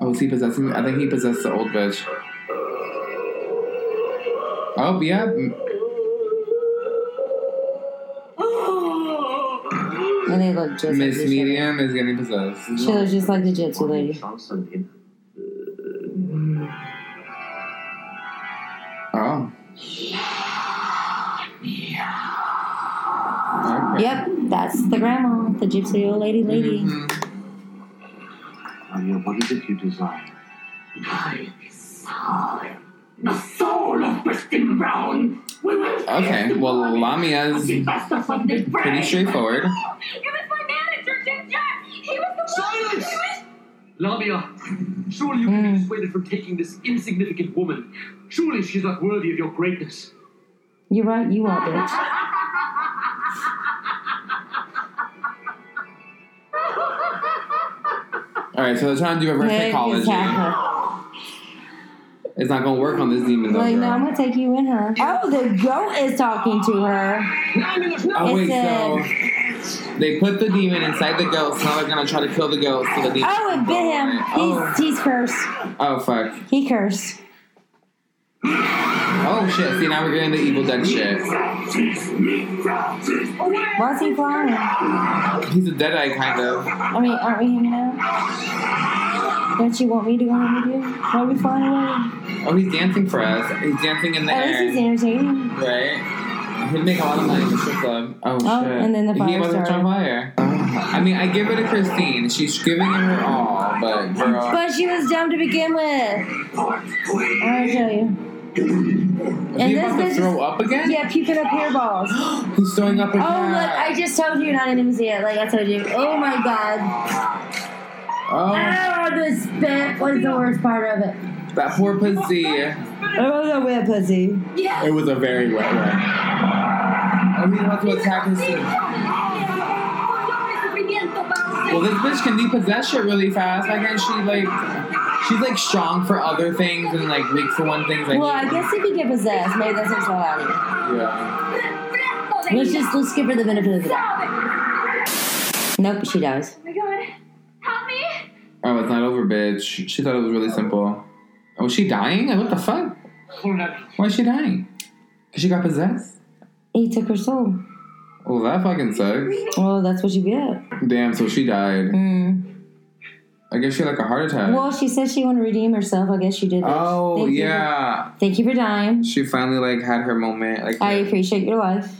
Oh, is he possessing? I think he possessed the old bitch. Oh yeah.
And they look just
Miss
like each other.
Medium is getting possessed.
She looks just like the gypsy lady.
Transcendent.
Oh. Okay.
Yep, that's the grandma, the gypsy old lady lady.
Mhm.
Mm-hmm.
Maria, what is it you desire?
I soul. The soul of Christine Brown. We will
Okay, well, Lamia's pretty straightforward.
It was my manager, Jim Jack. He was the
Silence!
one. Silence!
Lamia, surely you
Mm.
can be dissuaded from taking this insignificant woman. Surely she's not worthy of your greatness.
You're right, you are, bitch.
All right, so they're trying to do reverse
Hey,
psychology.
attack her.
It's not gonna work on this demon though.
Like, no,
girl.
I'm gonna take you in her. Oh, the goat is talking to her.
Oh wait,
It's
so they put the demon inside the goat. So now they're gonna try to kill the goat. So the demon.
Oh, it bit him. He's,
Oh,
he's cursed.
oh fuck.
He cursed.
Oh shit, see now we're getting the Evil Dead shit.
Why's he flying?
He's a dead eye kind of.
I mean, aren't we hanging out? Don't you want me to go home with you? Why are we flying away?
Oh, he's dancing for us. He's dancing in the
At
air.
least he's entertaining.
Right? He'd make a lot of money in the strip club. Oh,
Oh,
shit.
and then the
He
fire
wasn't
started.
on fire. I mean, I give it to Christine. She's giving it her all, but girl.
But she was dumb to begin with. I'll show you.
he
And
about to
this bitch
throw up again?
Yeah, puking up hair balls. oh,
He's throwing up
look,
again.
I just told you you're not going to see it. Like I told you. Oh, my God.
Oh,
Oh, the spit was the worst part of it.
that poor pussy. It
It was a wet pussy. Yeah.
was a very wet one. Oh, he's about to attack Christine.
Oh,
Well, this bitch can depossess shit really fast. Why can't she like? She's like strong for other things and like weak for one thing. Like,
Well, I guess if you get possessed, maybe that's what's allowed you.
yeah.
Oh,
Let's just let's give her the benefit of the doubt. Nope, she dies.
Oh my god. Help me!
Oh, it's not over, bitch. She thought it was really simple. Oh, is she dying? Like, What the fuck? Why is she dying? Cause she got possessed.
He took her soul.
Oh, that fucking sucks.
Well, that's what you get.
Damn. So she died.
Mm.
I guess she had like a heart attack.
Well, she said she wanted to redeem herself. I guess she did. that.
oh
Thank you.
yeah.
Thank you for dying.
She finally like had her moment. Like.
I appreciate your life.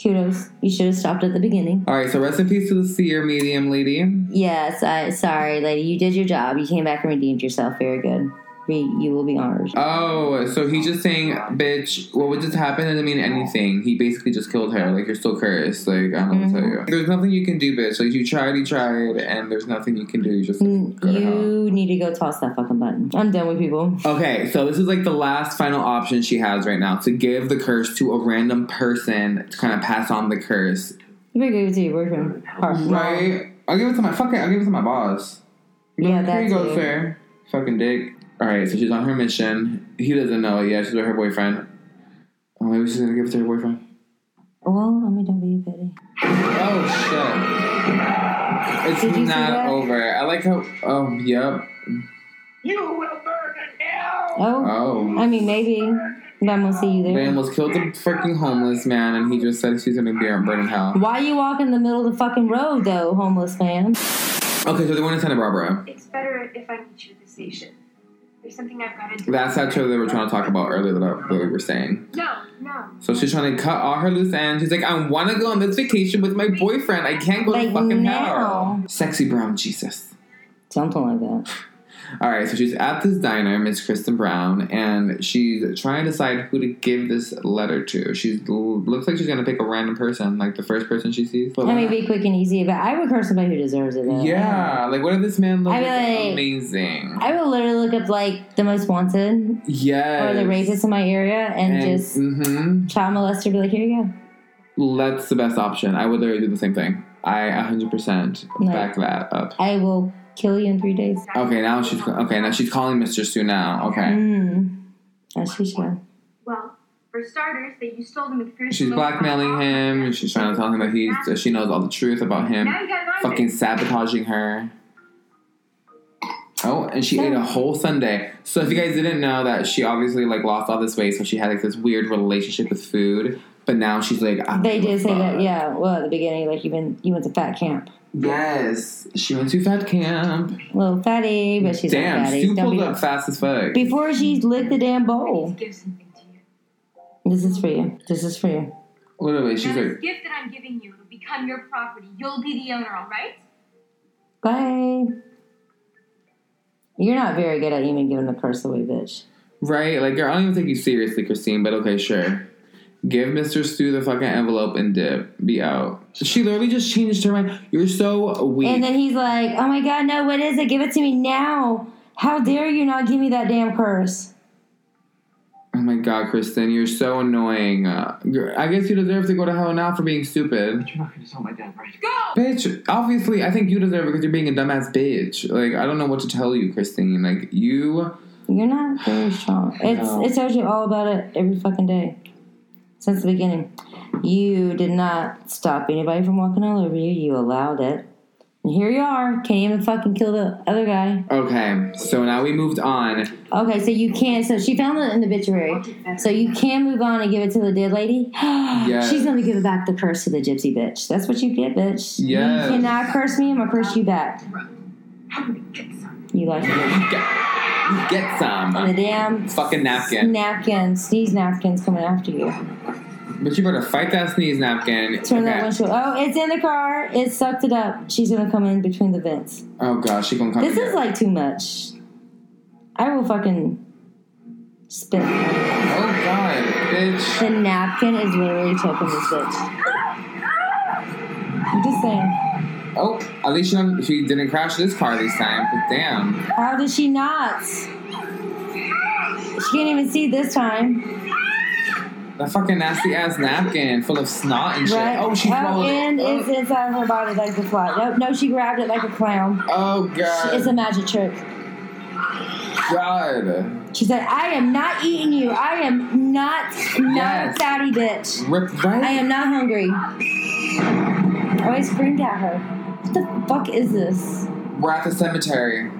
Kudos. You should have stopped at the beginning.
All right. So rest in peace to the seer medium lady.
Yes, I sorry, lady. You did your job. You came back and redeemed yourself. Very good. We, you will be honored.
Oh, so he's just saying, bitch, what would just happen doesn't mean anything. He basically just killed her. Like, you're still cursed. Like, I don't know what to tell you. There's nothing you can do, bitch. Like, you tried, you tried, and there's nothing you can do. You just go to hell.
Mm, You need to go toss that fucking button. I'm done with people.
Okay, so this is like the last final option she has right now to give the curse to a random person to kind of pass on the curse.
You better give it to your
Um,
boyfriend. Or-
Mm-hmm. Right? I'll give it to my fucking, I'll give it to my boss.
Yeah,
Here
that's
you go,
it.
sir. Fucking dick. All right, so she's on her mission. He doesn't know it yet. She's with her boyfriend. Oh, maybe she's gonna give it to her boyfriend.
Well, I mean, don't be a pity.
Oh shit! It's
Did you see
not
that?
over. I like how. Oh, yep.
Oh,
Oh.
I mean, maybe. But I'm gonna see you there.
They almost killed the freaking homeless man, and he just said she's gonna be on burning hell.
Why you walk in the middle of the fucking road, though, homeless man?
Okay, so they went to Santa Barbara.
It's better if I meet you at the station. There's something I've got to do.
That's actually what they were trying to talk about earlier that I that we were saying.
No, no.
So she's trying to cut all her loose ends. She's like, I want to go on this vacation with my boyfriend. I can't go to
Like
fucking
now.
hell. Sexy brown Jesus.
Something like that.
All right, so she's at this diner, Miss Kristen Brown, and she's trying to decide who to give this letter to. She looks like she's gonna pick a random person, like the first person she sees. But
I mean,
like,
be quick and easy, but I would curse somebody who deserves it. Though.
yeah, like what if this man looks
I mean,
amazing?
I would literally look up like the most wanted
yes,
or the rapist in my area and, just
hmm
child molester be like, here you go.
that's the best option. I would literally do the same thing. I 100%
No.
back that up.
I will kill you in three days.
Okay, now she's okay. Now she's calling Mr. Sue. Now, okay,
Mm. As she should.
Well, for starters, that you stole them with Pearson.
she's blackmailing him. and She's trying to tell him that he's that she knows all the truth about him.
Now you got an
fucking sabotaging her. Oh, and she ate a whole Sunday. So if you guys didn't know that she obviously like lost all this weight, so she had like this weird relationship with food. But now she's like, I don't
They
give a
did say that,
fuck.
yeah. Well, at the beginning, like you been you went to fat camp,
Yes, she went to fat camp.
little fatty, but she's
Damn,
not fatty.
Sue
Don't
pulled
be-
up fast as fuck.
before she licked the damn
Oh.
bowl.
Give something to you.
This is for you. This is for you.
Literally, she's
now,
like,
this gift that I'm giving you will become your property. You'll be the owner, all right?
Bye. You're not very good at even giving the purse away, bitch.
right, like girl, I don't even take you seriously, Christine. But okay, sure. Give Mr. Stu the fucking envelope and dip. Be out. She literally just changed her mind. You're so weak.
And then he's like, "Oh my god, no! What is it? Give it to me now! How dare you not give me that damn purse?"
Oh my god, Kristen, you're so annoying. Uh, gr- I guess you deserve to go to hell now for being stupid.
You're not gonna tell my dad, right?
Bitch, obviously, I think you deserve it because you're being a dumbass bitch. Like, I don't know what to tell you, Christine. Like, you.
You're not very strong. It's
No.
it tells you all about it every fucking day since the beginning. You did not stop anybody from walking all over you. You allowed it. And here you are. Can't even fucking kill the other guy.
Okay, so now we moved on.
Okay, so you can't. So she found it in the obituary. So you can move on and give it to the dead lady. She's going to give it back the curse to the gypsy bitch. That's what you get,
Yes.
bitch. You cannot curse me. I'm going to curse you back. You like it.
You get some.
And the damn
fucking napkin.
napkins, sneeze napkins coming after you.
But you better fight that sneeze napkin.
Turn that
Okay.
windshield. Oh, it's in the car. It sucked it up. She's going to come in between the vents.
Oh gosh, she gonna come.
This
here.
is like too much. I will fucking spit.
Oh god, bitch.
The napkin is literally choking this bitch. I'm just saying.
Oh, at least she, don't- she didn't crash this car this time. But damn.
How did she not? She can't even see this time.
That fucking nasty ass napkin full of snot and shit.
Right?
Oh, she swallowed
and
it. Oh.
it's inside her body like the fly. No, no, she grabbed it like a clown.
Oh
She- It's
god.
a magic trick.
God.
She said, "I am not eating you. I am not not
Yes.
a fatty bitch.
Rip right.
I am not hungry." I always screamed at her. What the fuck is this?
We're at the cemetery.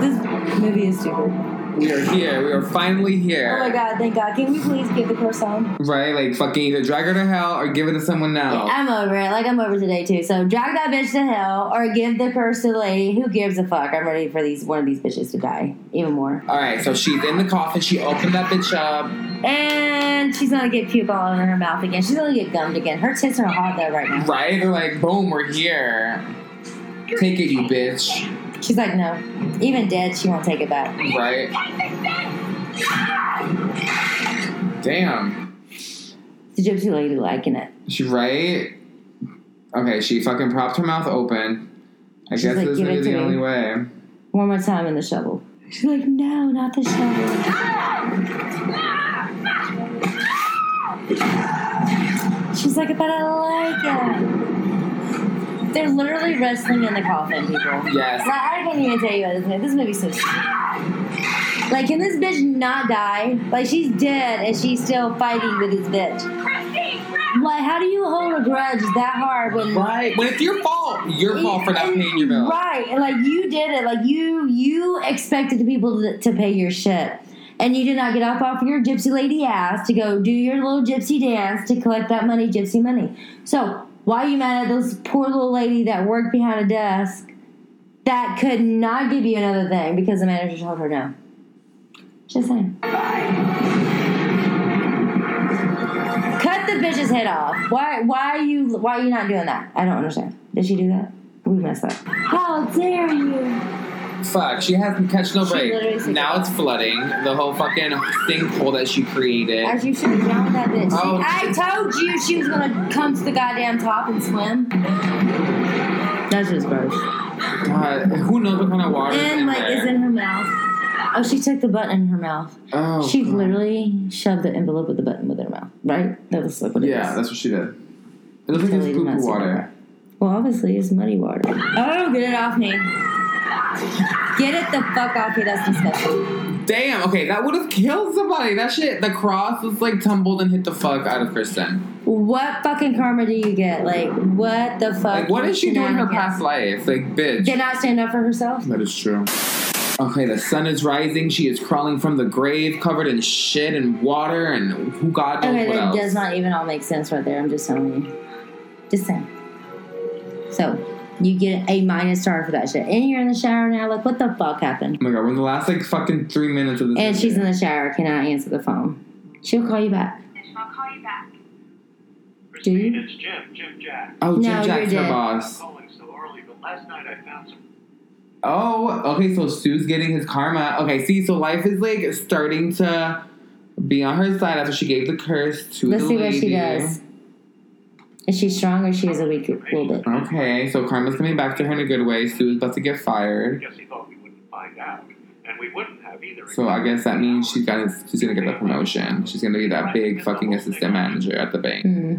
This movie is stupid.
We are here. We are finally
Oh my
here.
god! Thank God. Can we please give the curse on?
Right? Like fucking either drag her to hell or give it to someone else.
I'm over it. Like I'm over today too. So drag that bitch to hell, or give the curse to the lady. Who gives a fuck? I'm ready for these one of these bitches to die even more.
All right, so she's in the coffin. She opened that bitch up.
And she's gonna get puke all over her mouth again. She's gonna get gummed again. Her tits are hot though right now.
Right? They're like, boom, we're here. Take it, you bitch.
She's like, no. Even dead, she won't take it back.
Right? Damn.
The gypsy lady liking it.
She right? Okay, she fucking propped her mouth open. I
She's
guess
like,
this
"Give it
is
to
the
me."
only way.
One more time in the shovel. She's like, no, not the shovel. She's like, but I like it. They're literally wrestling in the coffin, people.
Yes.
Like, I can't even tell you about this movie. This movie's so stupid. Like, can this bitch not die? Like, she's dead and she's still fighting with this bitch. Like, how do you hold a grudge that hard when
Right? When it's your fault. Your fault for not paying your bill.
Right, and like you did it, like you you expected the people to, to pay your shit, and you did not get up off your gypsy lady ass to go do your little gypsy dance to collect that money, gypsy money. So why are you mad at this poor little lady that worked behind a desk that could not give you another thing because the manager told her no? Just saying. Cut the bitch's head off. Why? Why are you? Why are you not doing that? I don't understand. Did she do that? We messed up. How dare you?
Fuck, she hasn't catch no
She literally
break.
said
Now it's flooding. The whole fucking sinkhole that she created.
As you should have drowned that bitch.
Oh.
I told you she was gonna come to the goddamn top and swim. That's just gross.
God, who knows what kind of water is in
And like,
there?
is in her mouth. Oh, she took the button in her mouth.
oh,
she
God.
literally shoved the envelope with the button with her mouth. Right? That was like what it is.
Yeah, that's what she did. It looks like
Totally
it's
did not
poo
see
water.
Well, obviously, it's muddy water. Oh, get it off me. Get it the fuck off me. That's disgusting.
Damn. Okay, that would have killed somebody. That shit. The cross was like tumbled and hit the fuck out of Kristen.
What fucking karma do you get? Like, what the fuck?
Like, what is she doing in her
Shenanigans.
past life? Like, bitch.
Did not stand up for herself?
That is true. Okay, the sun is rising. She is crawling from the grave, covered in shit and water, and who God knows
Okay,
what
that
else.
does not even all make sense right there. I'm just telling you. Just saying. So, you get a minus star for that shit. And you're in the shower now. Like, what the fuck happened?
oh my god, we're in the last like fucking three minutes of this.
And she's in
movie.
the shower, cannot answer the phone. She'll call you back.
I'll call you back.
Do you?
It's Jim, Jim Jack.
Oh, Jim
No,
Jack's
you're
her
dead.
I'm
boss.
calling so early, but last night I found some.
Oh, okay, so Sue's getting his karma. Okay, see, so life is like starting to be on her side after she gave the curse to
Let's
the
see what
lady.
she does. Is she strong or she is a weak little bit?
Okay, so karma's coming back to her in a good way. Sue is about to get
I
fired,
guess he thought we wouldn't find out, and we wouldn't have either.
so I guess that means she's got she's gonna get the promotion. She's gonna be that big fucking assistant manager at the bank.
Hmm.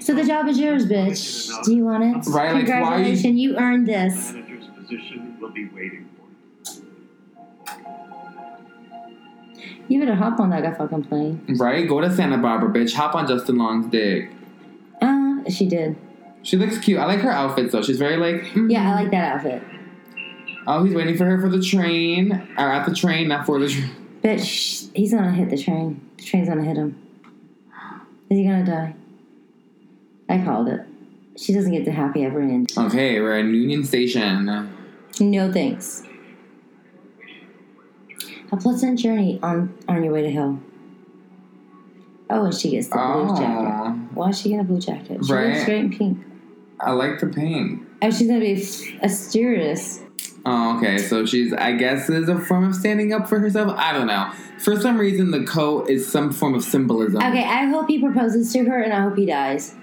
So the job is yours, bitch. Do you want it?
Right, like, why-
Congratulations, you earned this.
Manager's position will be waiting for. him.
You better hop on that guy fucking plane.
Right? Go to Santa Barbara, bitch. Hop on Justin Long's dick.
Uh, she did.
She looks cute. I like her outfit though. She's very like. mm.
Yeah, I like that outfit.
Oh, he's waiting for her for the train. Or at the train, not for the train.
Bitch, he's gonna hit the train. The train's gonna hit him. Is he gonna die? I called it. She doesn't get the happy ever end.
Okay, we're at Union Station.
No thanks. A pleasant journey on on your way to hell. Oh, and she gets the blue
Oh.
jacket. Why is she getting a blue jacket? She
Right.
looks great in pink.
I like the pink.
Oh, she's gonna be a stewardess.
Oh, okay. So she's, I guess, is a form of standing up for herself. I don't know. For some reason, the coat is some form of symbolism.
Okay, I hope he proposes to her, and I hope he dies.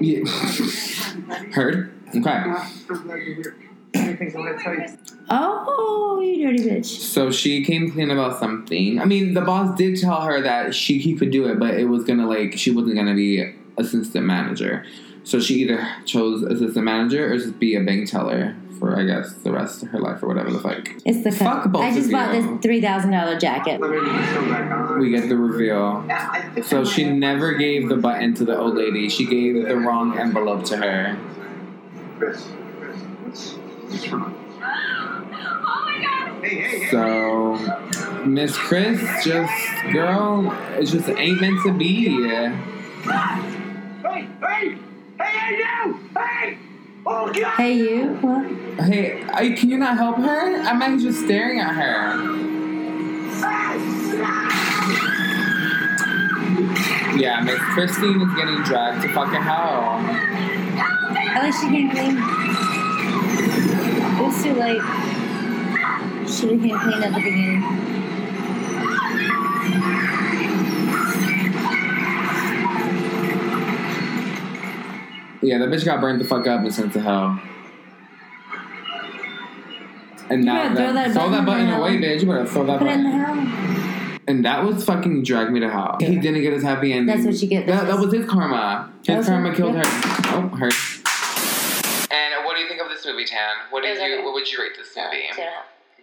Yeah. Heard? Okay.
Oh, you dirty bitch!
So she came clean about something. I mean, the boss did tell her that she he could do it, but it was gonna like she wasn't gonna be assistant manager. So she either chose assistant manager or just be a bank teller for I guess the rest of her life or whatever the fuck.
It's the coat.
Fuck both
I just
of
bought
you.
this three thousand dollar jacket.
We get the reveal. So she never gave the button to the old lady. She gave the wrong envelope to her.
Chris, Chris, what's, what's wrong?
Oh
So Miss Chris just girl, it just ain't meant to be.
Hey, hey, hey, hey, you! Hey! Oh, God!
Hey, you. What?
Hey, I, can you not help her? I might be just staring at her. Yeah, Miss Christine is getting dragged to fucking hell.
I like she can't clean. It was too late. She can't clean at the beginning.
Yeah, that bitch got burned the fuck up and sent to hell. And now
better
that,
throw that
throw
button
that button
in the
away,
hell.
bitch. You better throw that
Put it in
button.
the hell.
And that was fucking drag me to hell. He didn't get his happy ending.
That's what you get,
That,
bitches.
that was his karma.
That
His
was
karma
it,
killed
yeah.
her. Oh, her. And what do you think of this movie, Tan? What did
It was
you?
okay.
What would you rate this movie?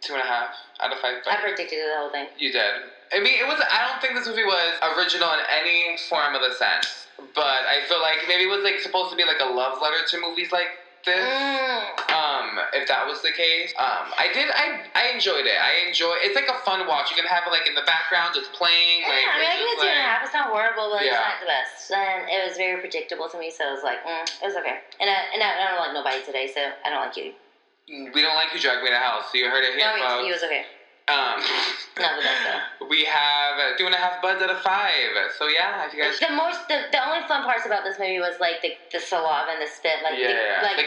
Two and a half out of five.
predicted the whole thing.
You did. I mean, it was. I don't think this movie was original in any form of the sense, but I feel like maybe it was like supposed to be like a love letter to movies like this.
Mm.
Um, if that was the case, um, I did. I I enjoyed it. I enjoy. It's like a fun watch. You can have it like in the background, just playing. Like,
Yeah, I mean, I
it's
give it
just,
two and a
like-
half. It's not horrible, but
Yeah.
it's not the best. And it was very predictable to me, so it was like, mm, it was okay. And I, and I, I don't like nobody today, so I don't like you.
We don't like you, drag me to hell. So you heard it here,
No,
folks.
he was okay.
um,
Not the best though.
we have uh, two and a half buds out of five. So yeah, if you guys.
The most, the, the only fun parts about this movie was like the, the saliva and the spit, like
Yeah,
the, like
the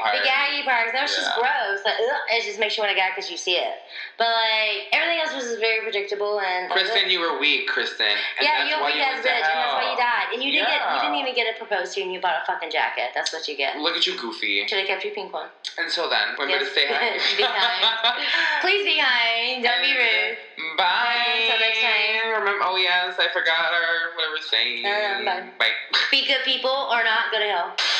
that-
part.
The gaggy part, 'cause that was just
Yeah.
gross. Like, ugh, it just makes you want to gag because you see it. But like everything else was just very predictable and.
Kristen, you were weak, Kristen. And
yeah, you
that's
a
why
weak
you
ass
went to
bitch, and that's why
hell.
you died. And you didn't get, you
Yeah.
didn't even get it proposed to, you and you bought a fucking jacket. That's what you get.
Look at you, Goofy.
Should have kept your pink one.
Until then, remember to
Yes. be
stay happy.
kind. Please be kind. Don't be rude.
Bye.
Until next time.
Remember, oh yes, I forgot our whatever saying.
Um, bye.
Bye.
Be good people or not, go to hell.